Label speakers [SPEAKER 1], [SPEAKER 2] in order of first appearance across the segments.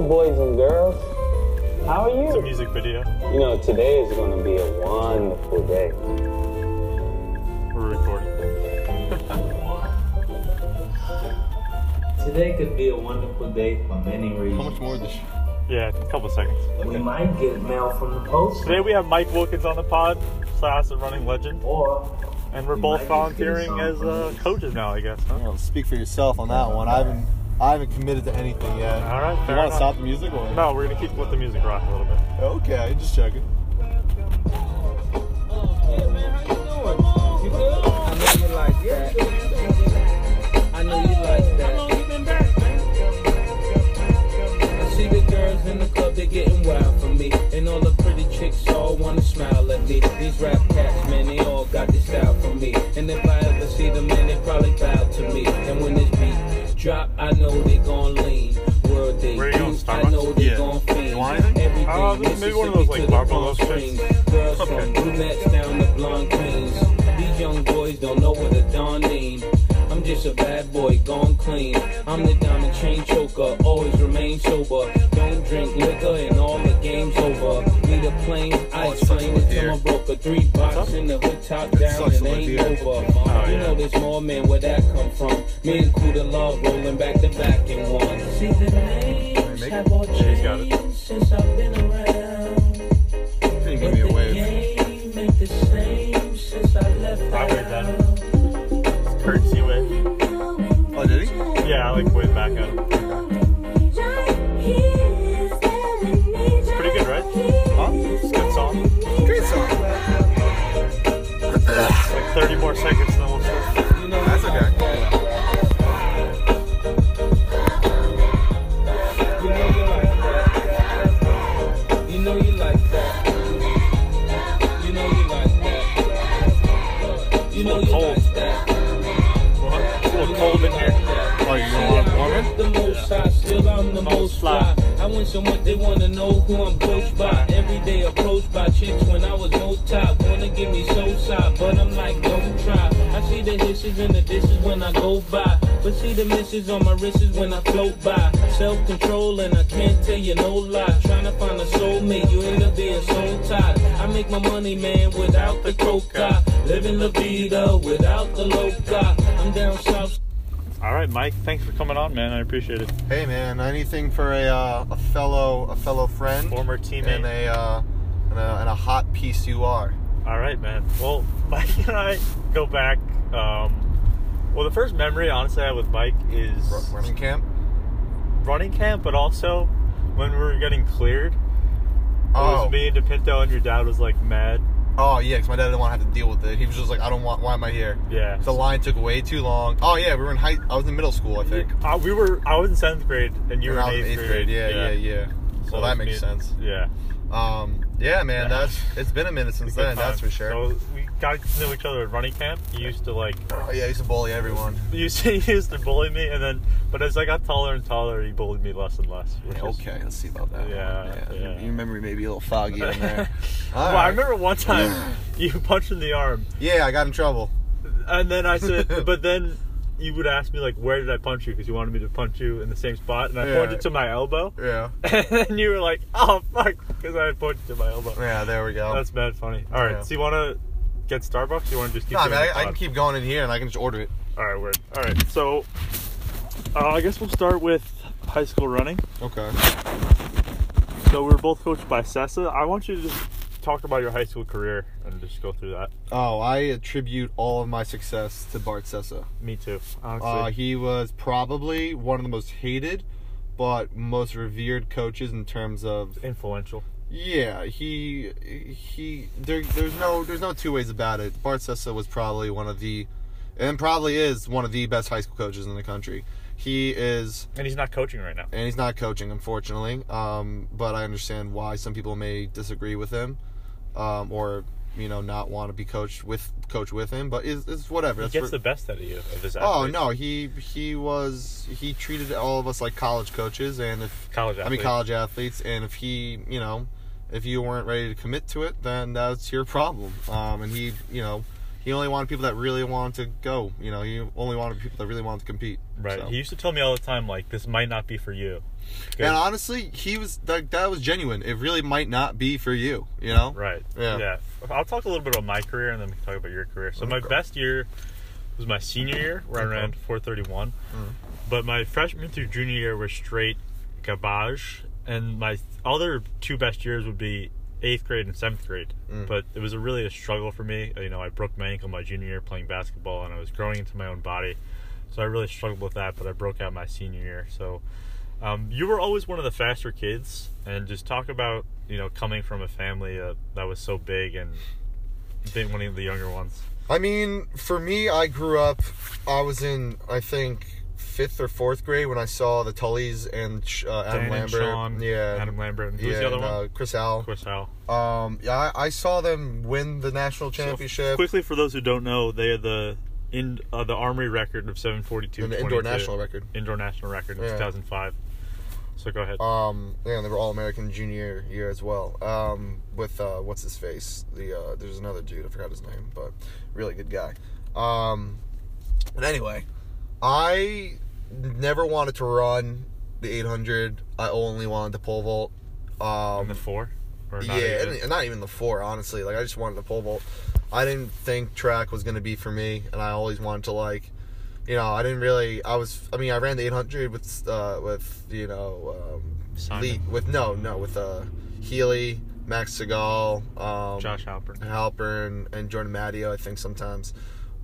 [SPEAKER 1] boys and girls. How are
[SPEAKER 2] It's a
[SPEAKER 1] you?
[SPEAKER 2] music video.
[SPEAKER 1] You know, today is going to be a wonderful day.
[SPEAKER 2] We're recording.
[SPEAKER 3] Today could be a wonderful day for many
[SPEAKER 4] How
[SPEAKER 3] reasons.
[SPEAKER 4] much more of this?
[SPEAKER 2] Yeah, a couple seconds.
[SPEAKER 3] We might get mail from the post,
[SPEAKER 2] Today we have Mike Wilkins on the pod, class and running legend,
[SPEAKER 3] or
[SPEAKER 2] and we're
[SPEAKER 3] We
[SPEAKER 2] both
[SPEAKER 3] might just get
[SPEAKER 2] volunteering
[SPEAKER 3] some
[SPEAKER 2] as uh,
[SPEAKER 3] from these.
[SPEAKER 2] coaches now, I guess. Huh?
[SPEAKER 4] Well, speak for yourself on that one. I haven't, I haven't committed to anything yet.
[SPEAKER 2] All right,
[SPEAKER 4] You
[SPEAKER 2] fair
[SPEAKER 4] want
[SPEAKER 2] enough.
[SPEAKER 4] to stop the music or?
[SPEAKER 2] No, we're gonna keep with the music rock a little bit.
[SPEAKER 4] Okay, just checking.
[SPEAKER 5] I know you like that. I know you like that. I see the girls in the club, they're getting wild for me. And all the pretty chicks all wanna smile at me. These rap cats, man, they all got this style for me. And if I ever see them, man, they probably bow to me. And when this beat drop, I know they gon' lean. World they
[SPEAKER 2] Where you going,
[SPEAKER 5] do, I
[SPEAKER 2] Starbucks?
[SPEAKER 5] know they
[SPEAKER 4] Yeah.
[SPEAKER 5] gon' fiend.
[SPEAKER 4] You want anything?
[SPEAKER 5] Everything
[SPEAKER 2] Uh, this is maybe one of those, like,
[SPEAKER 5] Mississippi to the
[SPEAKER 2] Marlboro
[SPEAKER 5] Palm
[SPEAKER 2] Springs.
[SPEAKER 5] Springs. Girls from brunettes down to blonde queens. These young boys don't know what a don mean. I'm just a bad boy gone clean. I'm the diamond chain choker, always remain sober. Don't drink liquor and all the game's over. Need a plane, I
[SPEAKER 4] Oh, it sucks
[SPEAKER 5] explain
[SPEAKER 4] with
[SPEAKER 5] it till
[SPEAKER 4] beer.
[SPEAKER 5] I'm broke. A three box in the hood top down
[SPEAKER 4] sucks
[SPEAKER 5] and
[SPEAKER 4] with
[SPEAKER 5] ain't
[SPEAKER 4] beer. Oh,
[SPEAKER 5] over.
[SPEAKER 2] yeah.
[SPEAKER 5] You know this more man, where that come from? Me and Kuda love rolling back to back in one. See the names
[SPEAKER 4] make
[SPEAKER 5] have all
[SPEAKER 2] Yeah, he's got it.
[SPEAKER 5] changed since I've been around.
[SPEAKER 4] Hey, give me a wave.
[SPEAKER 5] Game ain't the same since I left
[SPEAKER 2] I waved at him. Currency wave.
[SPEAKER 4] Oh, did he?
[SPEAKER 2] Yeah, I like wave back at him.
[SPEAKER 6] Pretty good, right?
[SPEAKER 2] Huh? It's a good song.
[SPEAKER 4] Great song.
[SPEAKER 2] Like 30 more seconds, and then we'll start.
[SPEAKER 5] You know,
[SPEAKER 4] That's okay.
[SPEAKER 5] you know you like that. You know you like that. You know you like that. You know you
[SPEAKER 2] Cold.
[SPEAKER 5] like that.
[SPEAKER 2] What? It's a little cold in here.
[SPEAKER 4] Oh, you gonna want warming?
[SPEAKER 5] The most high, still I'm the most fly. I went somewhere they wanna know who I'm coached by. Every day approached by chicks when I was no top. Wanna give me so side, but I'm like, don't try. I see the hisses and the dishes when I go by. But see the misses on my wrists is when I float by. Self control and I can't tell you no lie. Trying to find a soulmate, you end up being so tied. I make my money, man, without the coca. Living la vida without the loca. I'm down south.
[SPEAKER 2] All right, Mike. Thanks for coming on, man. I appreciate it.
[SPEAKER 4] Hey, man, anything for a, uh, a fellow, a fellow friend,
[SPEAKER 2] Former
[SPEAKER 4] and
[SPEAKER 2] teammate.
[SPEAKER 4] a, uh, and a, and a hot piece you are.
[SPEAKER 2] All right, man. Well, Mike and I go back. Um, well, the first memory, honestly, I have with Mike is
[SPEAKER 4] R- running camp.
[SPEAKER 2] running camp, but also when we were getting cleared. It
[SPEAKER 4] Oh,
[SPEAKER 2] was me and DePinto, and your dad was like mad.
[SPEAKER 4] oh yeah, because my dad didn't want to have to deal with it. He was just like, I don't want. Why am I here?
[SPEAKER 2] Yeah.
[SPEAKER 4] The line took way too long. Oh yeah, we were in high. I was in middle school, I think.
[SPEAKER 2] I, uh, we were. I was in seventh grade, and you
[SPEAKER 4] When
[SPEAKER 2] were
[SPEAKER 4] I
[SPEAKER 2] in
[SPEAKER 4] was
[SPEAKER 2] eighth,
[SPEAKER 4] Yeah, yeah, yeah.
[SPEAKER 2] So
[SPEAKER 4] well,
[SPEAKER 2] it was
[SPEAKER 4] that makes
[SPEAKER 2] me-
[SPEAKER 4] sense.
[SPEAKER 2] Yeah.
[SPEAKER 4] Um, yeah, man, that's it's been a minute since
[SPEAKER 2] Good
[SPEAKER 4] then. That's for
[SPEAKER 2] times.
[SPEAKER 4] sure.
[SPEAKER 2] So we got to know each other at running camp. You used to like,
[SPEAKER 4] Oh yeah, I used to bully everyone.
[SPEAKER 2] you used to, you used to bully me, and then, but as I got taller and taller, he bullied me less and less. which is-
[SPEAKER 4] let's see about that.
[SPEAKER 2] Yeah, yeah.
[SPEAKER 4] Your memory may be a little foggy in there. All
[SPEAKER 2] Well,
[SPEAKER 4] right.
[SPEAKER 2] I remember one time you punched in the arm,
[SPEAKER 4] Yeah, I got in trouble.
[SPEAKER 2] and then I said, but then you would ask me like, where did I punch you? Because you wanted me to punch you in the same spot, and I
[SPEAKER 4] Yeah.
[SPEAKER 2] pointed to my elbow,
[SPEAKER 4] Yeah.
[SPEAKER 2] and then you were like, oh fuck, because I pointed to my elbow.
[SPEAKER 4] Yeah, there we go.
[SPEAKER 2] That's bad funny. All right,
[SPEAKER 4] Yeah.
[SPEAKER 2] so you want to get Starbucks? You want to just keep?
[SPEAKER 4] no, I mean,
[SPEAKER 2] doing
[SPEAKER 4] I,
[SPEAKER 2] the
[SPEAKER 4] I can
[SPEAKER 2] pod?
[SPEAKER 4] keep going in here and I can just order it.
[SPEAKER 2] All right, word. All right, so uh, I guess we'll start with high school running.
[SPEAKER 4] Okay.
[SPEAKER 2] So we were both coached by Sessa. I want you to just talk about your high school career and just go through that.
[SPEAKER 4] Oh, I attribute all of my success to Bart Sessa.
[SPEAKER 2] Me too. Honestly.
[SPEAKER 4] Uh, he was probably one of the most hated, but most revered coaches in terms of
[SPEAKER 2] influential.
[SPEAKER 4] Yeah, he he. There, there's no there's no two ways about it. Bart Sessa was probably one of the, and probably is one of the best high school coaches in the country. He is,
[SPEAKER 2] And he's not coaching right now.
[SPEAKER 4] and he's not coaching, unfortunately. Um, but I understand why some people may disagree with him, um, or you know not want to be coached with coach with him. But it's, it's whatever.
[SPEAKER 2] He
[SPEAKER 4] That's
[SPEAKER 2] gets
[SPEAKER 4] for-
[SPEAKER 2] the best out of you. Of his
[SPEAKER 4] oh
[SPEAKER 2] athletes.
[SPEAKER 4] no, he he was he treated all of us like college coaches, and if
[SPEAKER 2] College athlete.
[SPEAKER 4] I mean, college athletes, and if he, you know, if you weren't ready to commit to it, then that's your problem. Um, and he, you know, He only wanted people that really wanted to go. You know, he only wanted people that really wanted to compete.
[SPEAKER 2] Right.
[SPEAKER 4] So.
[SPEAKER 2] He used to tell me all the time, like, this might not be for you. 'Cause-
[SPEAKER 4] and honestly, he was like that was genuine. It really might not be for you. You know.
[SPEAKER 2] Right.
[SPEAKER 4] Yeah.
[SPEAKER 2] Yeah. I'll talk a little bit about my career and then we can talk about your career. So my
[SPEAKER 4] Okay.
[SPEAKER 2] best year was my senior year where
[SPEAKER 4] Okay. Mm.
[SPEAKER 2] I ran 431. But my freshman through junior year were straight garbage and my other two best years would be 8th grade and 7th grade.
[SPEAKER 4] Mm.
[SPEAKER 2] But it was a really a struggle for me. You know, I broke my ankle my junior year playing basketball and I was growing into my own body. So I really struggled with that, but I broke out my senior year. So um, you were always one of the faster kids, and just talk about you know coming from a family uh, that was so big and being one of the younger ones.
[SPEAKER 4] I mean, for me, I grew up. I was in, I think, fifth or fourth grade when I saw the Tullys and uh, Adam
[SPEAKER 2] Dan and
[SPEAKER 4] Lambert.
[SPEAKER 2] Sean,
[SPEAKER 4] yeah,
[SPEAKER 2] Adam Lambert. And who's
[SPEAKER 4] yeah,
[SPEAKER 2] the other
[SPEAKER 4] and,
[SPEAKER 2] one?
[SPEAKER 4] Uh, Chris Al.
[SPEAKER 2] Chris Howe.
[SPEAKER 4] Um, yeah, I, I saw them win the national championship
[SPEAKER 2] quickly for those who don't know, they are the in uh, the Armory record of 742.
[SPEAKER 4] and the indoor national record.
[SPEAKER 2] Indoor national record in
[SPEAKER 4] Yeah.
[SPEAKER 2] 2005. So go ahead.
[SPEAKER 4] Um, yeah, and they were all American junior year as well. Um, with uh, what's his face? The uh, there's another dude I forgot his name, but really good guy. Um, but anyway, I never wanted to run the 800. I only wanted the pole vault. Um,
[SPEAKER 2] and the four. Or not
[SPEAKER 4] yeah,
[SPEAKER 2] even.
[SPEAKER 4] and, and not even the four, honestly. Like I just wanted the pole vault. I didn't think track was gonna be for me, and I always wanted to like, you know, I didn't really. I was. I mean, I ran the 800 with uh, with you know, um,
[SPEAKER 2] Simon.
[SPEAKER 4] Lee, with no no with uh, Healy, Max Segal, um,
[SPEAKER 2] Josh Halpern.
[SPEAKER 4] Halpern, and Jordan Matteo. I think sometimes.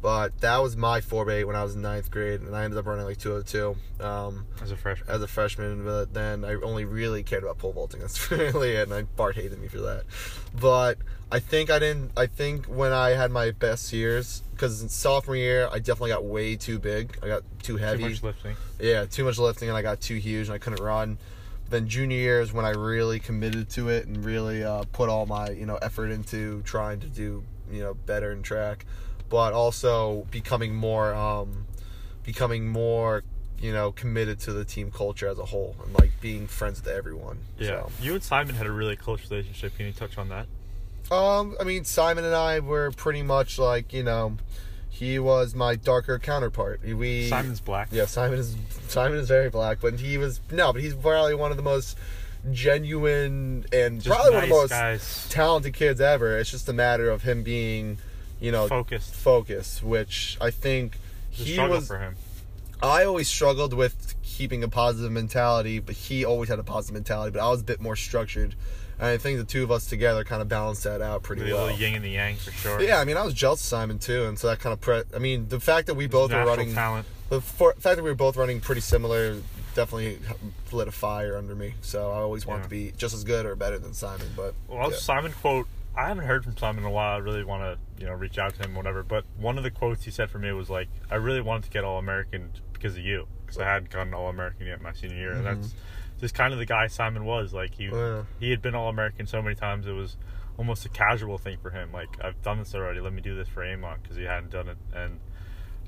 [SPEAKER 4] But that was my foray when I was in ninth grade, and I ended up running like 202. Um,
[SPEAKER 2] as a freshman.
[SPEAKER 4] as a freshman, but then I only really cared about pole vaulting. That's really it, and I, Bart hated me for that. But I think I didn't. I think when I had my best years, because in sophomore year I definitely got way too big. I got too
[SPEAKER 2] Too
[SPEAKER 4] heavy.
[SPEAKER 2] much lifting.
[SPEAKER 4] yeah, too much lifting, and I got too huge, and I couldn't run. Then junior year is when I really committed to it and really uh, put all my you know effort into trying to do you know better in track, but also becoming more. Um, becoming more you know committed to the team culture as a whole and like being friends with everyone
[SPEAKER 2] Yeah. You and Simon had a really close relationship. Can you touch on that?
[SPEAKER 4] so. um i mean simon and i were pretty much like you know he was my darker counterpart we
[SPEAKER 2] Simon's black.
[SPEAKER 4] yeah simon is simon is very black but he was no but he's probably one of the most genuine and
[SPEAKER 2] Just
[SPEAKER 4] probably one
[SPEAKER 2] nice
[SPEAKER 4] of the most
[SPEAKER 2] guys.
[SPEAKER 4] talented kids ever it's just a matter of him being you know
[SPEAKER 2] Focused.
[SPEAKER 4] focused which i think
[SPEAKER 2] It's a
[SPEAKER 4] he
[SPEAKER 2] struggle
[SPEAKER 4] was
[SPEAKER 2] for him.
[SPEAKER 4] I always struggled with keeping a positive mentality, but he always had a positive mentality, but I was a bit more structured. And I think the two of us together kind of balanced that out
[SPEAKER 2] The
[SPEAKER 4] pretty well.
[SPEAKER 2] little yin and the yang for sure.
[SPEAKER 4] Yeah, I mean, I was jealous of Simon too, and so that kind of pre. I mean, the fact that we both were
[SPEAKER 2] Natural
[SPEAKER 4] running,
[SPEAKER 2] talent.
[SPEAKER 4] the for- fact that we were both running pretty similar, definitely lit a fire under me. So I always wanted
[SPEAKER 2] Yeah.
[SPEAKER 4] to be just as good or better than Simon. But
[SPEAKER 2] Well,
[SPEAKER 4] yeah.
[SPEAKER 2] Simon quote. I haven't heard from Simon in a while. I really want to, you know, reach out to him, whatever. But one of the quotes he said for me was like, "I really wanted to get All American because of you, because I hadn't gotten All American yet my senior year." And that's just kind of the guy Simon was. Like he,
[SPEAKER 4] Mm-hmm. Yeah.
[SPEAKER 2] he had been All American so many times, it was almost a casual thing for him. Like I've done this already. Let me do this for Amon because he hadn't done it, and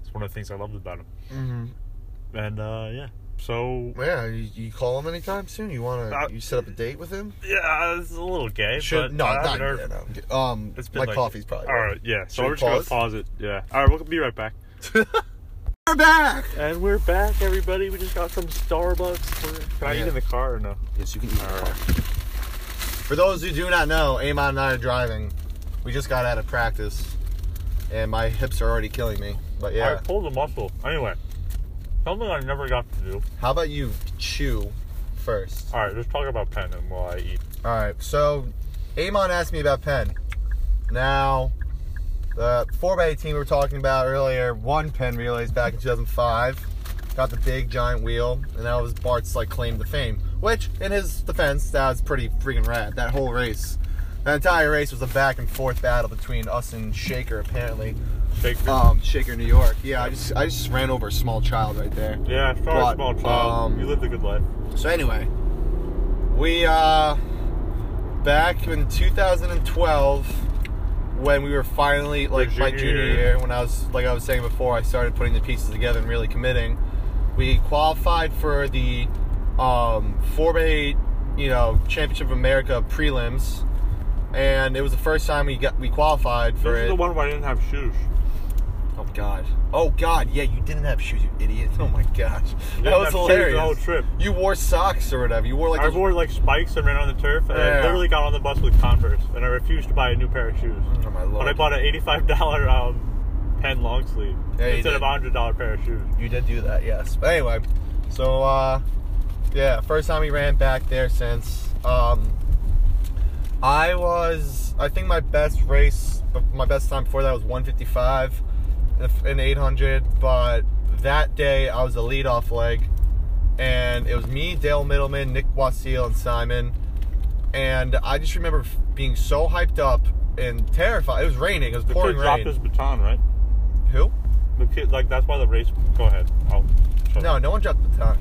[SPEAKER 2] it's one of the things I loved about him. Mm-hmm. And uh, yeah, so
[SPEAKER 4] yeah, you, you call him anytime soon. You want to?
[SPEAKER 2] Uh,
[SPEAKER 4] you set up a date with him?
[SPEAKER 2] yeah, it's a little gay,
[SPEAKER 4] Should
[SPEAKER 2] but
[SPEAKER 4] no,
[SPEAKER 2] I haven't
[SPEAKER 4] not
[SPEAKER 2] heard-
[SPEAKER 4] yeah, no. Um,
[SPEAKER 2] It's been
[SPEAKER 4] my
[SPEAKER 2] like-
[SPEAKER 4] coffee's probably.
[SPEAKER 2] All right, yeah. So
[SPEAKER 4] Should we
[SPEAKER 2] we're just gonna
[SPEAKER 4] pause?
[SPEAKER 2] pause it. Yeah. All right, we'll be right back.
[SPEAKER 4] We're back.
[SPEAKER 2] And we're back, everybody. We just got from Starbucks. We're- Can I
[SPEAKER 4] Yeah.
[SPEAKER 2] eat in the car or no?
[SPEAKER 4] Yes, you can eat. For those who do not know, Amon and I are driving. We just got out of practice, and my hips are already killing me. But yeah,
[SPEAKER 2] I pulled a muscle. Anyway, something I never got to do.
[SPEAKER 4] how about you chew first?
[SPEAKER 2] All right, let's talk about pen and while I eat.
[SPEAKER 4] All right. So, Amon asked me about Penn. Now, the four by eighteen we were talking about earlier, one Penn relays back in two thousand five. Got the big giant wheel, and that was Bart's like claim to fame. Which, in his defense, that was pretty freaking rad. That whole race, that entire race was a back and forth battle between us and Shaker. Apparently,
[SPEAKER 2] Shake. this.
[SPEAKER 4] um, Shaker, New York. Yeah, I just I just ran over a small child right there.
[SPEAKER 2] yeah, sorry,
[SPEAKER 4] but,
[SPEAKER 2] small child.
[SPEAKER 4] um,
[SPEAKER 2] you lived a good life.
[SPEAKER 4] So anyway, we uh back in 2012 when we were finally like my
[SPEAKER 2] junior
[SPEAKER 4] junior
[SPEAKER 2] year.
[SPEAKER 4] year when I was like I was saying before I started putting the pieces together and really committing. We qualified for the um 4x8, you know, Championship of America prelims and it was the first time we got we qualified for
[SPEAKER 2] This is
[SPEAKER 4] it.
[SPEAKER 2] the one where I didn't have shoes.
[SPEAKER 4] god. Oh god. Yeah, you didn't have shoes, you idiot. Oh my gosh.
[SPEAKER 2] didn't
[SPEAKER 4] That
[SPEAKER 2] have
[SPEAKER 4] was
[SPEAKER 2] shoes the
[SPEAKER 4] hilarious.
[SPEAKER 2] whole trip.
[SPEAKER 4] You wore socks or whatever. You wore like
[SPEAKER 2] I
[SPEAKER 4] those-
[SPEAKER 2] wore like spikes and ran on the turf, and
[SPEAKER 4] Yeah.
[SPEAKER 2] I literally got on the bus with Converse, and I refused to buy a new pair of shoes.
[SPEAKER 4] Oh my lord.
[SPEAKER 2] But I bought an eighty-five dollar um, pen long sleeve
[SPEAKER 4] Yeah, you
[SPEAKER 2] instead
[SPEAKER 4] did.
[SPEAKER 2] of a hundred dollar pair of shoes.
[SPEAKER 4] You did do that, yes. But anyway, so uh, yeah, first time we ran back there since um, I was, I think my best race, my best time before that was 155 and 800. But that day I was the lead off leg, and it was me, Dale Middleman, Nick Wasil, and Simon. And I just remember f- being so hyped up and terrified. It was raining. It was
[SPEAKER 2] The
[SPEAKER 4] pouring
[SPEAKER 2] kid dropped
[SPEAKER 4] rain.
[SPEAKER 2] his baton, right?
[SPEAKER 4] Who?
[SPEAKER 2] The kid, like that's why the race. Go ahead. I'll shut
[SPEAKER 4] No,
[SPEAKER 2] up.
[SPEAKER 4] no one dropped the baton.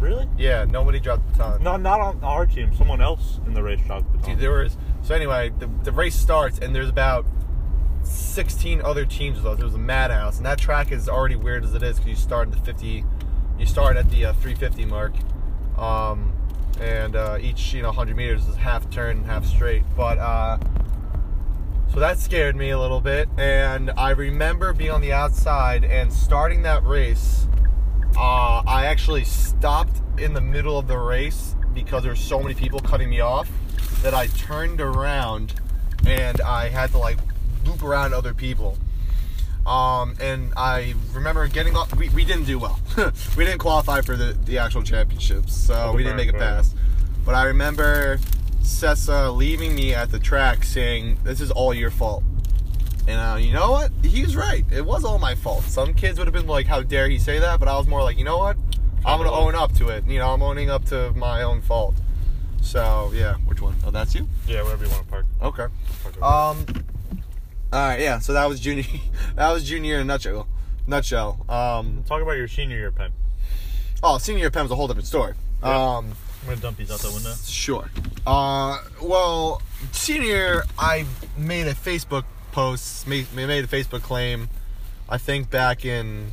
[SPEAKER 2] really?
[SPEAKER 4] Yeah, nobody dropped the baton.
[SPEAKER 2] No, not on our team. Someone else in the race dropped the baton.
[SPEAKER 4] Dude, there was so anyway. The, the race starts and there's about 16 other teams with us. It was a madhouse, and that track is already weird as it is because you start at the 50, you start at the uh, 350 mark, um, and uh, each you know 100 meters is half turn, half straight. But uh, so that scared me a little bit, and I remember being on the outside and starting that race. Uh, I actually stopped in the middle of the race because there were so many people cutting me off that I turned around and I had to like loop around other people. Um, and I remember getting off. We, we didn't do well. we didn't qualify for the, the actual championships, so we didn't make it
[SPEAKER 2] America.
[SPEAKER 4] past. But I remember Sessa leaving me at the track saying, This is all your fault. And uh, you know what? He was right. It was all my fault. Some kids would have been like, "How dare he say that?" But I was more like, "You know what? I'm gonna own up to it. You know, I'm owning up to my own fault." So yeah, which one? Oh, that's you.
[SPEAKER 2] Yeah, wherever you want to park.
[SPEAKER 4] Okay.
[SPEAKER 2] Park over
[SPEAKER 4] Um. All right. Yeah. So that was junior. that was junior in a nutshell. Nutshell. Um.
[SPEAKER 2] there. Talk about your senior year pen.
[SPEAKER 4] Oh, senior year of Penn was a whole different story.
[SPEAKER 2] Yeah.
[SPEAKER 4] Um.
[SPEAKER 2] I'm gonna dump these out the window.
[SPEAKER 4] Sure. Uh, well, senior, I made a Facebook post, made, made a Facebook claim. I think back in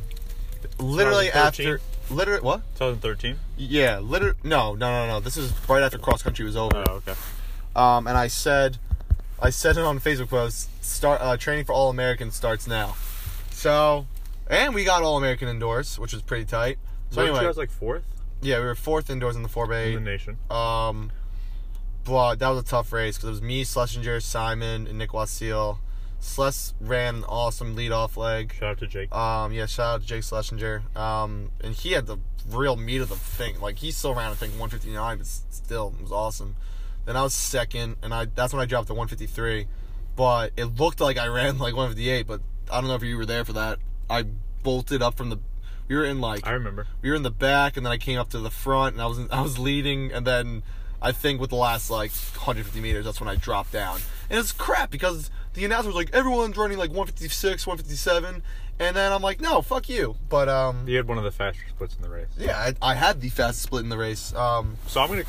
[SPEAKER 4] literally
[SPEAKER 2] 2013?
[SPEAKER 4] after, literally what?
[SPEAKER 2] 2013.
[SPEAKER 4] Yeah, liter. No, no, no, no. This is right after cross country was over.
[SPEAKER 2] Oh, okay.
[SPEAKER 4] Um, and I said, I said it on Facebook post. Start uh, training for All American starts now. So, and we got All American indoors, which was pretty tight. So
[SPEAKER 2] Weren't you
[SPEAKER 4] anyway,
[SPEAKER 2] guys like fourth
[SPEAKER 4] yeah, we were fourth indoors in the four by
[SPEAKER 2] in
[SPEAKER 4] eight.
[SPEAKER 2] the nation?
[SPEAKER 4] Um, but that was a tough race because it was me, Schlesinger, Simon, and Nick Wasil. Sles ran an awesome leadoff leg.
[SPEAKER 2] Shout out to Jake.
[SPEAKER 4] Um, yeah, shout out to Jake Schlesinger. Um, and he had the real meat of the thing. Like he still ran, I think 159, but s- still it was awesome. Then I was second, and I that's when I dropped to 153. But it looked like I ran like 158, but I don't know if you were there for that. I bolted up from the. We were in like
[SPEAKER 2] I remember.
[SPEAKER 4] we were in the back and then I came up to the front and I was I was leading and then I think with the last like 150 meters that's when I dropped down and it's crap because the announcer was like everyone's running like 156 157 and then I'm like no fuck you but um yeah,
[SPEAKER 2] You had one of the fastest splits in the race.
[SPEAKER 4] I, I had the fastest split in the race um
[SPEAKER 2] So I'm gonna.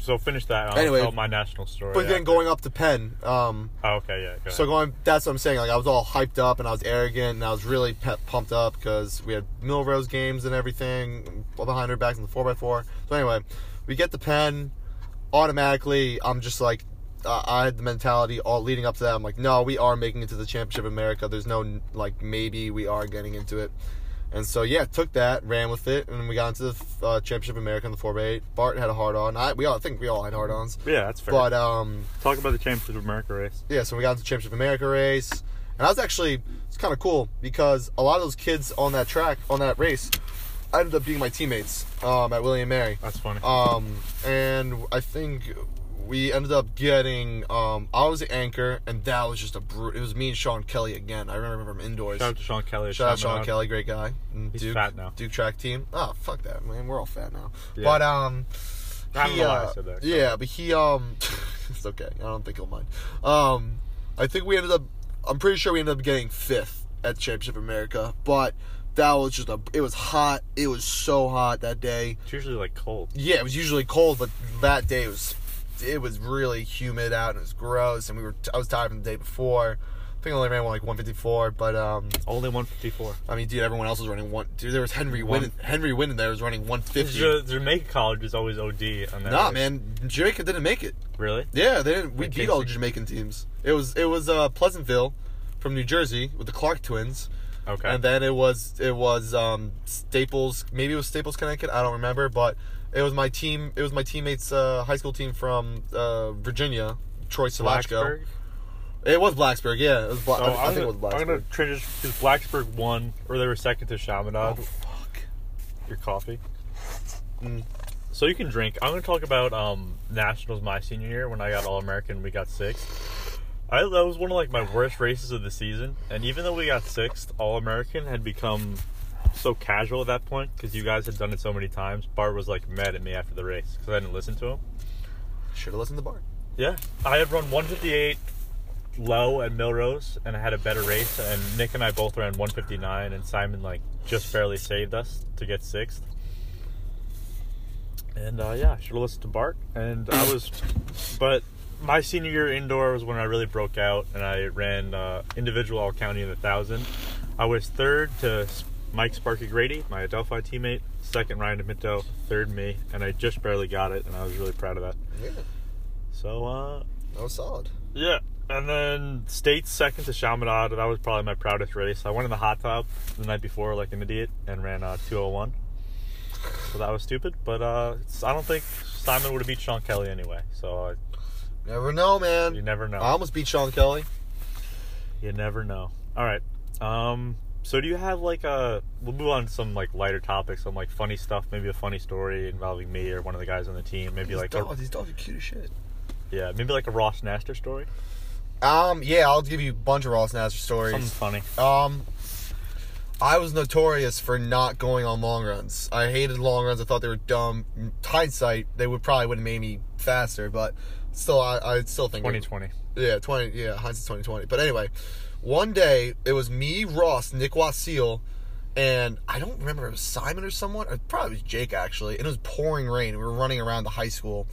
[SPEAKER 2] So finish that. and I'll
[SPEAKER 4] Anyway.
[SPEAKER 2] tell my national story.
[SPEAKER 4] but then
[SPEAKER 2] after.
[SPEAKER 4] going up to Penn um
[SPEAKER 2] Oh, okay, yeah. Go
[SPEAKER 4] So
[SPEAKER 2] ahead.
[SPEAKER 4] going, that's what I'm saying. Like I was all hyped up and I was arrogant and I was really pe- pumped up because we had Milrose games and everything all behind our backs in the four x four. So anyway, we get the pen. Automatically, I'm just like, uh, I had the mentality all leading up to that. I'm like, no, we are making it to the championship of America. There's no like maybe we are getting into it. And so yeah, took that, ran with it, and we got into the uh, championship of America in the four x eight. Bart had a hard on. I we all I think we all had hard ons.
[SPEAKER 2] yeah, that's fair.
[SPEAKER 4] But um,
[SPEAKER 2] Talk about the Championship of America race.
[SPEAKER 4] yeah, so we got into the Championship America race, and I was actually it's kind of cool because a lot of those kids on that track on that race I ended up being my teammates um, at William Mary.
[SPEAKER 2] That's funny.
[SPEAKER 4] Um, and I think we ended up getting um, I was the anchor, and that was just a brute. It was me and Sean Kelly again. I remember from indoors.
[SPEAKER 2] Shout out to Sean Kelly.
[SPEAKER 4] Shout out Sean
[SPEAKER 2] Minogue.
[SPEAKER 4] Kelly, great guy. And
[SPEAKER 2] He's
[SPEAKER 4] Duke,
[SPEAKER 2] fat now.
[SPEAKER 4] Duke track team. Oh fuck that man, we're all fat now.
[SPEAKER 2] Yeah.
[SPEAKER 4] But um,
[SPEAKER 2] I don't
[SPEAKER 4] he,
[SPEAKER 2] know why I
[SPEAKER 4] uh,
[SPEAKER 2] said that.
[SPEAKER 4] Yeah, but he um, it's okay. I don't think he'll mind. Um, I think we ended up. I'm pretty sure we ended up getting fifth at Championship America, but that was just a. It was hot. It was so hot that day.
[SPEAKER 2] It's usually like cold.
[SPEAKER 4] Yeah, it was usually cold, but that day it was. It was really humid out and it was gross, and we were. I was tired from the day before. I think I only ran like 154, but um,
[SPEAKER 2] Only 154.
[SPEAKER 4] I mean, dude, everyone else was running one. Dude, there was Henry
[SPEAKER 2] One-
[SPEAKER 4] Win. Henry Win there was running 150.
[SPEAKER 2] The Jamaica College is always OD on that.
[SPEAKER 4] Nah,
[SPEAKER 2] race.
[SPEAKER 4] man, Jamaica didn't make it.
[SPEAKER 2] Really?
[SPEAKER 4] Yeah, they didn't. We
[SPEAKER 2] Like
[SPEAKER 4] beat all the
[SPEAKER 2] Casey.
[SPEAKER 4] Jamaican teams. It was it was uh, Pleasantville from New Jersey with the Clark twins,
[SPEAKER 2] Okay.
[SPEAKER 4] And then it was it was um, Staples, maybe it was Staples, Connecticut. I don't remember, but it was my team. It was my teammates' uh, high school team from uh, Virginia, Troy Solachko.
[SPEAKER 2] Blacksburg.
[SPEAKER 4] It was Blacksburg, yeah. It was Bla-
[SPEAKER 2] So
[SPEAKER 4] I,
[SPEAKER 2] I'm
[SPEAKER 4] I think it
[SPEAKER 2] gonna-
[SPEAKER 4] was Blacksburg.
[SPEAKER 2] I'm gonna transition because Blacksburg won, or they were second to Chaminade.
[SPEAKER 4] Oh, fuck.
[SPEAKER 2] Your coffee.
[SPEAKER 4] Mm.
[SPEAKER 2] So you can drink. I'm gonna talk about um, nationals my senior year when I got All American. We got sixth. I, that was one of like my worst races of the season, and even though we got sixth, All American had become so casual at that point because you guys had done it so many times. Bart was like mad at me after the race because I didn't listen to him.
[SPEAKER 4] Should have listened to Bart.
[SPEAKER 2] Yeah, I had run 158 low at Milrose, and I had a better race. And Nick and I both ran 159, and Simon like just barely saved us to get sixth. And uh, yeah, I should have listened to Bart. And I was, but my senior year indoor was when I really broke out, and I ran uh, individual all county in the thousand. I was third to S- Mike Sparky Grady, my Adelphi teammate. Second Ryan D'Amito, third me, and I just barely got it, and I was really proud of that.
[SPEAKER 4] Yeah,
[SPEAKER 2] So uh,
[SPEAKER 4] that was solid.
[SPEAKER 2] yeah, and then state's second to Chaminade. That was probably my proudest race. I went in the hot tub the night before like an idiot and ran uh, 201. So that was stupid, but uh, it's- I don't think Simon would have beat Sean Kelly anyway. So
[SPEAKER 4] Never know,
[SPEAKER 2] uh,
[SPEAKER 4] man.
[SPEAKER 2] you never know.
[SPEAKER 4] I almost beat Sean Kelly.
[SPEAKER 2] you never know. All right. Um. So do you have like a? We'll move on to some like lighter topics, some like funny stuff, maybe a funny story involving me or one of the guys on the team, maybe
[SPEAKER 4] These
[SPEAKER 2] like oh. a,
[SPEAKER 4] dogs, these dogs are cute as shit.
[SPEAKER 2] yeah, maybe like a Ross Naster story,
[SPEAKER 4] Um, yeah, I'll give you a bunch of Ross Nasser
[SPEAKER 2] something funny.
[SPEAKER 4] stories. Um, I was notorious for not going on long runs. I hated long runs. I thought they were dumb. In hindsight, they would probably would have made me faster, but still, I, I still think
[SPEAKER 2] 2020.
[SPEAKER 4] Yeah, twenty. Yeah, hindsight's twenty twenty. But anyway, one day it was me, Ross, Nick Wasil, and I don't remember if it was Simon or someone. Or probably it was Jake actually. And it was pouring rain. and We were running around the high school,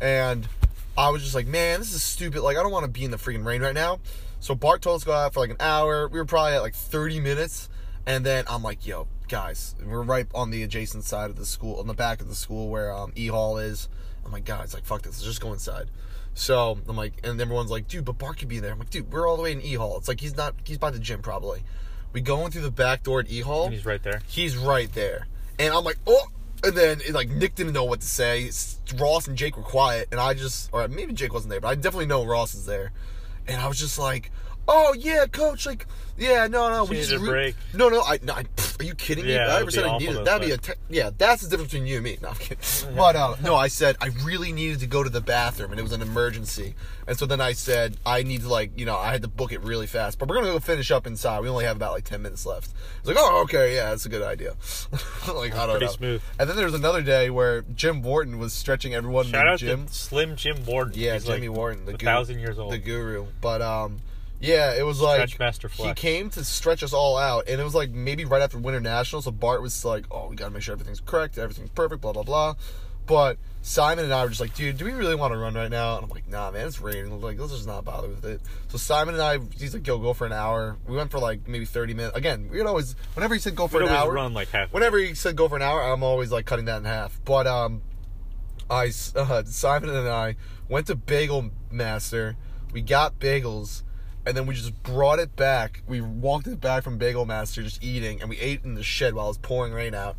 [SPEAKER 4] and I was just like, "Man, this is stupid. Like, I don't want to be in the freaking rain right now." So Bart told us to go out for like an hour. We were probably at like thirty minutes, and then I'm like, "Yo, guys, we're right on the adjacent side of the school, on the back of the school where um, E Hall is." I'm like, "Guys, like, fuck this. Let's just go inside." So I'm like, and everyone's like, dude, but Bart could be there. I'm like, dude, we're all the way in E Hall. It's like he's not, he's by the gym probably. We go in through the back door at E Hall.
[SPEAKER 2] And he's right there.
[SPEAKER 4] He's right there, and I'm like, oh. And then it, like Nick didn't know what to say. S- Ross and Jake were quiet, and I just, or maybe Jake wasn't there, but I definitely know Ross is there. And I was just like, oh yeah, coach, like, yeah, no, no,
[SPEAKER 2] She needs a break.
[SPEAKER 4] no, no, I, no, I pff, are you kidding me?
[SPEAKER 2] Yeah,
[SPEAKER 4] I
[SPEAKER 2] it
[SPEAKER 4] never
[SPEAKER 2] would
[SPEAKER 4] said
[SPEAKER 2] be
[SPEAKER 4] I
[SPEAKER 2] awful
[SPEAKER 4] needed.
[SPEAKER 2] though,
[SPEAKER 4] That'd be a te- yeah. That's the difference between you and me. No, I'm kidding. But uh, no, I said I really needed to go to the bathroom, and it was an emergency. And so then I said I need to like you know I had to book it really fast. But we're gonna go finish up inside. We only have about like ten minutes left. It's like oh okay yeah that's a good idea. like I don't
[SPEAKER 2] Pretty
[SPEAKER 4] know.
[SPEAKER 2] smooth.
[SPEAKER 4] And then there was another day where Jim Wharton was stretching everyone
[SPEAKER 2] Shout
[SPEAKER 4] in the
[SPEAKER 2] out
[SPEAKER 4] gym.
[SPEAKER 2] to Slim Jim Warden.
[SPEAKER 4] Yeah,
[SPEAKER 2] He's
[SPEAKER 4] Jimmy
[SPEAKER 2] like
[SPEAKER 4] Wharton, the
[SPEAKER 2] a
[SPEAKER 4] guru-
[SPEAKER 2] thousand years old.
[SPEAKER 4] the guru. But um, yeah, it was like
[SPEAKER 2] Stretch master
[SPEAKER 4] he
[SPEAKER 2] flex.
[SPEAKER 4] came to stretch us all out, and it was like maybe right after Winter Nationals. So Bart was like, "Oh, we gotta make sure everything's correct, everything's perfect, blah blah blah." But Simon and I were just like, "Dude, do we really want to run right now?" And I'm like, "Nah, man, it's raining. Like, let's just not bother with it." So Simon and I, he's like, "Yo, go for an hour." We went for like maybe 30 minutes. Again, we'd always, whenever he said go for
[SPEAKER 2] We'd
[SPEAKER 4] an
[SPEAKER 2] always
[SPEAKER 4] hour,
[SPEAKER 2] run like half.
[SPEAKER 4] whenever he said go for an hour, I'm always like cutting that in half. But um, I uh, Simon and I went to Bagel Master. We got bagels, and then we just brought it back. We walked it back from Bagel Master, just eating, and we ate in the shed while it was pouring rain out.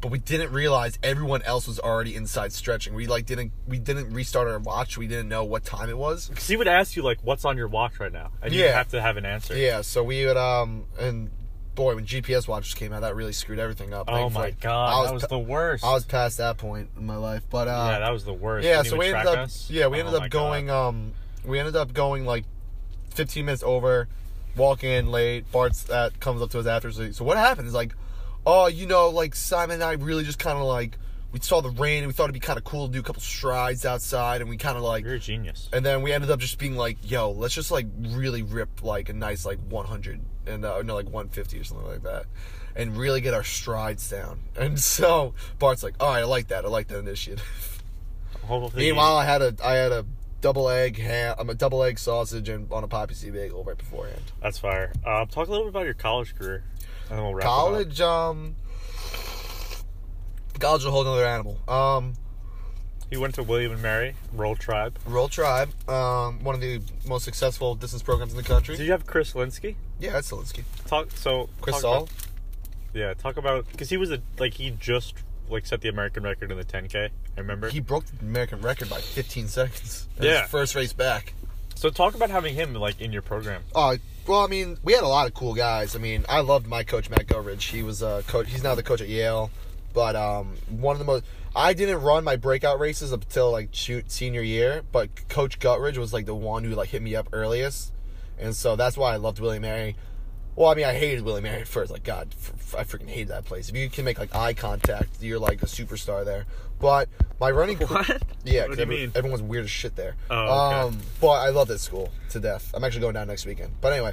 [SPEAKER 4] But we didn't realize everyone else was already inside stretching. We like didn't we didn't restart our watch. We didn't know what time it was.
[SPEAKER 2] Because he would ask you like, "What's on your watch right now?" And you
[SPEAKER 4] Yeah.
[SPEAKER 2] have to have an answer.
[SPEAKER 4] Yeah, so we would um and boy, when GPS watches came out, that really screwed everything up.
[SPEAKER 2] Oh my
[SPEAKER 4] Thankfully,
[SPEAKER 2] god, that was
[SPEAKER 4] pa-
[SPEAKER 2] the worst.
[SPEAKER 4] I was past that point in my life, but uh,
[SPEAKER 2] yeah, that was the worst.
[SPEAKER 4] yeah,
[SPEAKER 2] Didn't
[SPEAKER 4] so
[SPEAKER 2] even
[SPEAKER 4] we
[SPEAKER 2] track
[SPEAKER 4] ended up
[SPEAKER 2] us.
[SPEAKER 4] yeah we
[SPEAKER 2] Oh
[SPEAKER 4] ended
[SPEAKER 2] my
[SPEAKER 4] up going
[SPEAKER 2] God.
[SPEAKER 4] um we ended up going like 15 minutes over, walking in late. Bart's that comes up to us after. So so what happened is like, oh you know like Simon and I really just kind of like we saw the rain and we thought it'd be kind of cool to do a couple strides outside and we kind of like
[SPEAKER 2] You're a genius.
[SPEAKER 4] and then we ended up just being like, yo, let's just like really rip like a nice like 100 and uh, no like 150 or something like that, and really get our strides down. And so Bart's like, all right, I like that, I like that initiative.
[SPEAKER 2] Hopefully,
[SPEAKER 4] uh, Meanwhile, I had a I had a double egg ham, I'm a double egg sausage and on a poppy seed bagel right beforehand.
[SPEAKER 2] that's fire. Um, talk a little bit about your college career, and then we'll wrap it up.
[SPEAKER 4] college um college is a whole other animal um
[SPEAKER 2] He went to William and Mary, Roll Tribe.
[SPEAKER 4] Roll Tribe, um, one of the most successful distance programs in the
[SPEAKER 2] Did
[SPEAKER 4] country.
[SPEAKER 2] you have Chris Linsky?
[SPEAKER 4] Yeah, that's Zelensky.
[SPEAKER 2] Talk so
[SPEAKER 4] Chris
[SPEAKER 2] talk
[SPEAKER 4] Saul.
[SPEAKER 2] about- yeah, talk about because he was a like he just like set the American record in the 10K. I remember.
[SPEAKER 4] He broke the American record by 15 seconds. in
[SPEAKER 2] Yeah.
[SPEAKER 4] His first race back.
[SPEAKER 2] so talk about having him like in your program.
[SPEAKER 4] Uh, well, I mean, we had a lot of cool guys. I mean, I loved my coach Matt Goodrich. He was a coach. He's now the coach at Yale, but um, one of the most. I didn't run my breakout races up until like shoot senior year, but Coach Gutridge was like the one who like hit me up earliest, and so that's why I loved Willie Mary. Well, I mean, I hated Willie Mary at first. Like, God, f- f- I freaking hated that place. If you can make like eye contact, you're like a superstar there. But my running,
[SPEAKER 2] What?
[SPEAKER 4] yeah,
[SPEAKER 2] What
[SPEAKER 4] because
[SPEAKER 2] do you mean?
[SPEAKER 4] everyone's weird as shit there.
[SPEAKER 2] Oh, okay.
[SPEAKER 4] Um, but I love this school to death. I'm actually going down next weekend. But anyway,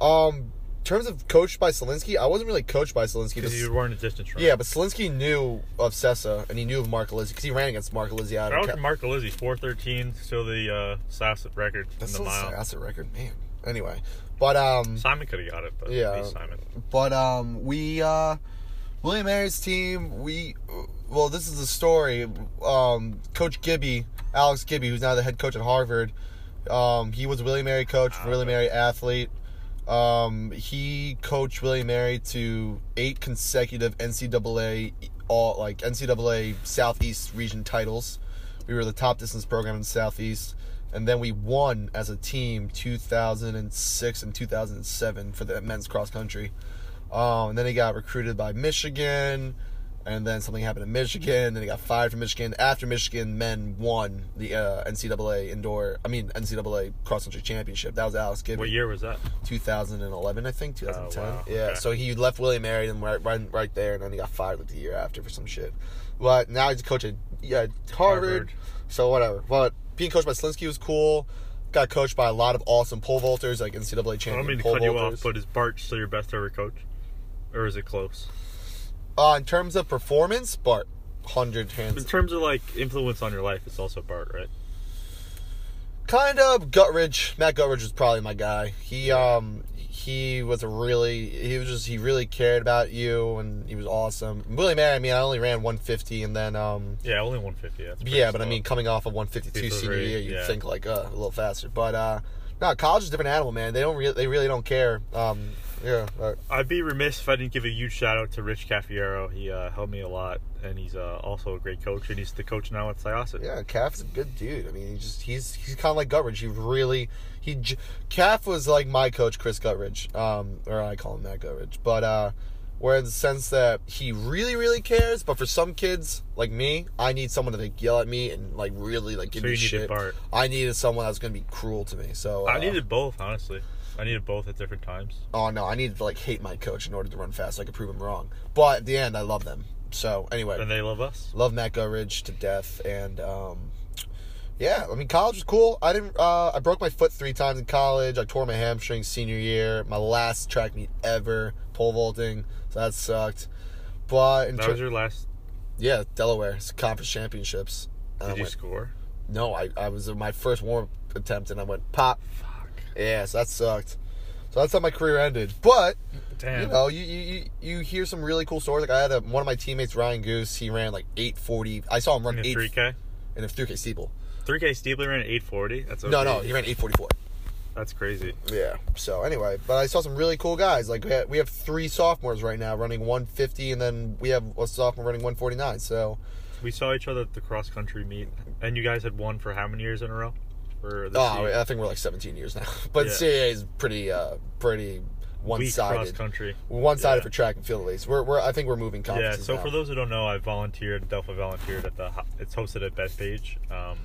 [SPEAKER 4] um, in terms of coached by Selinsky, I wasn't really coached by Selinsky.
[SPEAKER 2] Because
[SPEAKER 4] But,
[SPEAKER 2] you weren't a distance runner.
[SPEAKER 4] yeah, but Selinsky knew of Sessa and he knew of Mark Lizzie because he ran against Mark Lizzie out
[SPEAKER 2] Shout
[SPEAKER 4] of
[SPEAKER 2] out to Mark Alizzi, 413, still the uh, Sasset record in
[SPEAKER 4] That's,
[SPEAKER 2] the
[SPEAKER 4] so-
[SPEAKER 2] mile.
[SPEAKER 4] that's a record, man. Anyway, but um,
[SPEAKER 2] Simon could have got it, but
[SPEAKER 4] Yeah.
[SPEAKER 2] yeah, Simon.
[SPEAKER 4] but um, we uh, William Mary's team. We well, this is the story. Um, Coach Gibby, Alex Gibby, who's now the head coach at Harvard. Um, he was a William Mary coach,
[SPEAKER 2] Ah,
[SPEAKER 4] William Mary athlete. Um, he coached William Mary to eight consecutive NCAA all like NCAA Southeast region titles. We were the top distance program in Southeast, and then we won as a team 2006 and 2007 for the men's cross country. Um, and then he got recruited by Michigan, and then something happened in Michigan. Then he got fired from Michigan. After Michigan men won the uh, NCAA indoor, I mean NCAA cross country championship. That was Alex Gibby.
[SPEAKER 2] What year was that?
[SPEAKER 4] 2011, I think, 2010.
[SPEAKER 2] Oh, wow.
[SPEAKER 4] Yeah,
[SPEAKER 2] Okay.
[SPEAKER 4] so he left William Mary and right, right, right there, and then he got fired like the year after for some shit. But now he's a coach at yeah, Harvard,
[SPEAKER 2] Harvard.
[SPEAKER 4] so whatever. But being coached by Slinsky was cool. Got coached by a lot of awesome pole vaulters, like NCAA champion
[SPEAKER 2] I don't mean to
[SPEAKER 4] pole
[SPEAKER 2] cut you
[SPEAKER 4] vaulters.
[SPEAKER 2] off, but is Bart still your best ever coach? Or is it close?
[SPEAKER 4] uh, in terms of performance, Bart, hundred
[SPEAKER 2] In
[SPEAKER 4] hands,
[SPEAKER 2] terms of like influence on your life, it's also Bart, right?
[SPEAKER 4] kind of Gutridge. Matt Gutridge was probably my guy. He um he was a really he was just he really cared about you, and he was awesome. William Mary, I mean, I only ran 150, and then um.
[SPEAKER 2] Yeah, only 150. That's pretty
[SPEAKER 4] Yeah, but I
[SPEAKER 2] slow.
[SPEAKER 4] mean, coming off of 152
[SPEAKER 2] People
[SPEAKER 4] senior
[SPEAKER 2] agree,
[SPEAKER 4] year, you'd
[SPEAKER 2] yeah.
[SPEAKER 4] think like uh, a little faster. But uh, no, college is a different animal, man. They don't really, they really don't care. Um, yeah, uh,
[SPEAKER 2] I'd be remiss if I didn't give a huge shout out to Rich Caffiero. He uh, helped me a lot, and he's uh, also a great coach, and he's the coach now at Syosset.
[SPEAKER 4] yeah. Calf's a good dude. I mean, he just he's he's kind of like Gutridge. He really he j- Calf was like my coach, Chris Gutridge, um, or I call him Matt Gutridge. But uh, where in the sense that he really, really cares. But for some kids like me, I need someone to like yell at me and like really like give
[SPEAKER 2] So
[SPEAKER 4] me
[SPEAKER 2] you needed
[SPEAKER 4] shit.
[SPEAKER 2] Bart.
[SPEAKER 4] I needed someone that was gonna be cruel to me. So uh,
[SPEAKER 2] I needed both, honestly. I needed both at different times.
[SPEAKER 4] oh no, I needed to like hate my coach in order to run fast so I could prove him wrong. But at the end, I love them. So anyway,
[SPEAKER 2] And they love us.
[SPEAKER 4] love Matt Gutridge to death, and um, yeah, I mean college was cool. I didn't, uh, I broke my foot three times in college. I tore my hamstring senior year, my last track meet ever, pole vaulting. So that sucked. But in
[SPEAKER 2] That was
[SPEAKER 4] ter-
[SPEAKER 2] your last.
[SPEAKER 4] yeah, Delaware it's conference championships. And I
[SPEAKER 2] Did you
[SPEAKER 4] went-
[SPEAKER 2] score?
[SPEAKER 4] no, I, I was in my first warm up attempt, and I went pop. Yeah, so that sucked. So that's how my career ended. But
[SPEAKER 2] Damn.
[SPEAKER 4] you know, you, you you you hear some really cool stories. Like I had a, one of my teammates, Ryan Goose. He ran like eight forty. I saw him run
[SPEAKER 2] in a
[SPEAKER 4] eight
[SPEAKER 2] 3K?
[SPEAKER 4] in a three k steeple.
[SPEAKER 2] 3K Steeply ran 840. That's
[SPEAKER 4] No,
[SPEAKER 2] okay.
[SPEAKER 4] no, he ran eight forty four.
[SPEAKER 2] That's crazy.
[SPEAKER 4] Yeah. So anyway, but I saw some really cool guys. Like we have, we have three sophomores right now running one fifty, and then we have a sophomore running one forty nine. So oh,
[SPEAKER 2] We saw each other at the cross country meet, and you guys had won for how many years in a row? For the
[SPEAKER 4] oh,
[SPEAKER 2] team?
[SPEAKER 4] I think we're like seventeen years now. But
[SPEAKER 2] Yeah.
[SPEAKER 4] CAA is pretty uh pretty one
[SPEAKER 2] weak cross
[SPEAKER 4] sided.
[SPEAKER 2] country.
[SPEAKER 4] One sided
[SPEAKER 2] Yeah.
[SPEAKER 4] for track and field at least. We're, we're I think we're moving
[SPEAKER 2] Yeah.
[SPEAKER 4] conferences.
[SPEAKER 2] So
[SPEAKER 4] now.
[SPEAKER 2] for those who don't know, I volunteered. Delphi volunteered at the. ho- It's hosted at Bethpage, um,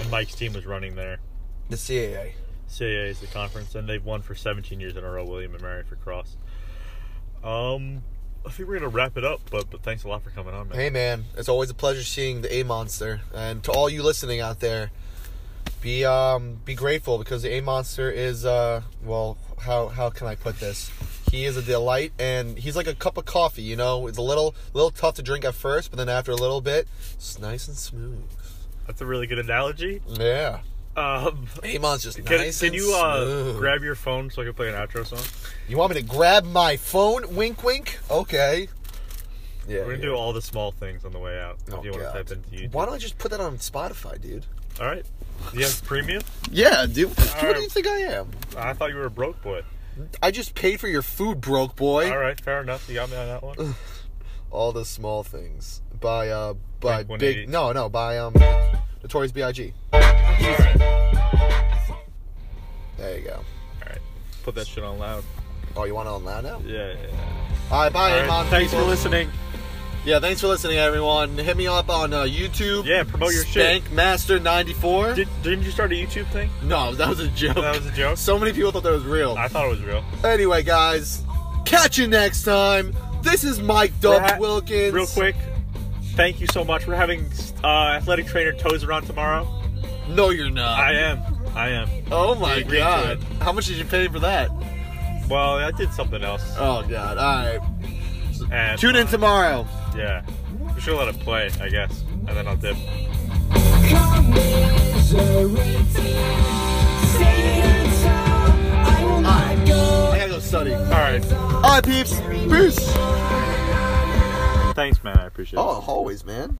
[SPEAKER 2] and Mike's team was running there.
[SPEAKER 4] the CAA.
[SPEAKER 2] CAA is the conference, and they've won for 17 years in a row. William and Mary for cross. Um, I think we're gonna wrap it up, but but thanks a lot for coming on, man.
[SPEAKER 4] Hey man, it's always a pleasure seeing the A Monster, and to all you listening out there, be um be grateful because the A Monster is uh well how how can I put this? He is a delight, and he's like a cup of coffee. You know, it's a little little tough to drink at first, but then after a little bit, it's nice and smooth.
[SPEAKER 2] That's a really good analogy.
[SPEAKER 4] Yeah,
[SPEAKER 2] Um,
[SPEAKER 4] A Monster's
[SPEAKER 2] can,
[SPEAKER 4] nice
[SPEAKER 2] can
[SPEAKER 4] and
[SPEAKER 2] you uh,
[SPEAKER 4] smooth.
[SPEAKER 2] grab your phone so I can play an outro song?
[SPEAKER 4] You want me to grab my phone? Wink, wink. Okay. Yeah.
[SPEAKER 2] We're gonna do all the small things on the way out.
[SPEAKER 4] Oh,
[SPEAKER 2] if you want
[SPEAKER 4] God.
[SPEAKER 2] to type into YouTube.
[SPEAKER 4] Why don't I just put that on Spotify, dude?
[SPEAKER 2] All right. Do you have premium?
[SPEAKER 4] Yeah, dude. Who do
[SPEAKER 2] right.
[SPEAKER 4] you think I am?
[SPEAKER 2] I thought you were a broke boy.
[SPEAKER 4] I just paid for your food, broke boy.
[SPEAKER 2] All right, fair enough. You got me on that one.
[SPEAKER 4] All the small things by uh by
[SPEAKER 2] Blink 180.
[SPEAKER 4] big no no by um Notorious B.I.G.
[SPEAKER 2] All right.
[SPEAKER 4] There you go.
[SPEAKER 2] Put that shit on loud.
[SPEAKER 4] Oh, you want it on loud now?
[SPEAKER 2] Yeah. yeah, yeah.
[SPEAKER 4] All right, bye,
[SPEAKER 2] All right,
[SPEAKER 4] Amon.
[SPEAKER 2] Thanks for
[SPEAKER 4] People.
[SPEAKER 2] listening.
[SPEAKER 4] Yeah, thanks for listening, everyone. Hit me up on uh, YouTube.
[SPEAKER 2] Yeah, promote your shit.
[SPEAKER 4] Spankmaster94.
[SPEAKER 2] Did, didn't you start a YouTube thing?
[SPEAKER 4] no, that was a joke.
[SPEAKER 2] That was a joke.
[SPEAKER 4] so many people thought that was real.
[SPEAKER 2] I thought it was real.
[SPEAKER 4] Anyway, guys, catch you next time. This is Mike Dub
[SPEAKER 2] We're ha-
[SPEAKER 4] Wilkins.
[SPEAKER 2] Real quick, thank you so much. We're having uh, athletic trainer Tozer on tomorrow.
[SPEAKER 4] No, you're not.
[SPEAKER 2] I am. I am.
[SPEAKER 4] oh my
[SPEAKER 2] agreed to
[SPEAKER 4] god.
[SPEAKER 2] it.
[SPEAKER 4] How much did you pay for that?
[SPEAKER 2] Well, I did something else.
[SPEAKER 4] Oh god. All right.
[SPEAKER 2] And, uh,
[SPEAKER 4] Tune in tomorrow.
[SPEAKER 2] Yeah. We should let it play, I guess. And then I'll dip.
[SPEAKER 4] I gotta go study. All
[SPEAKER 2] Alright.
[SPEAKER 4] right, peeps. Peace.
[SPEAKER 2] Thanks, man. I appreciate it.
[SPEAKER 4] Oh, always, man.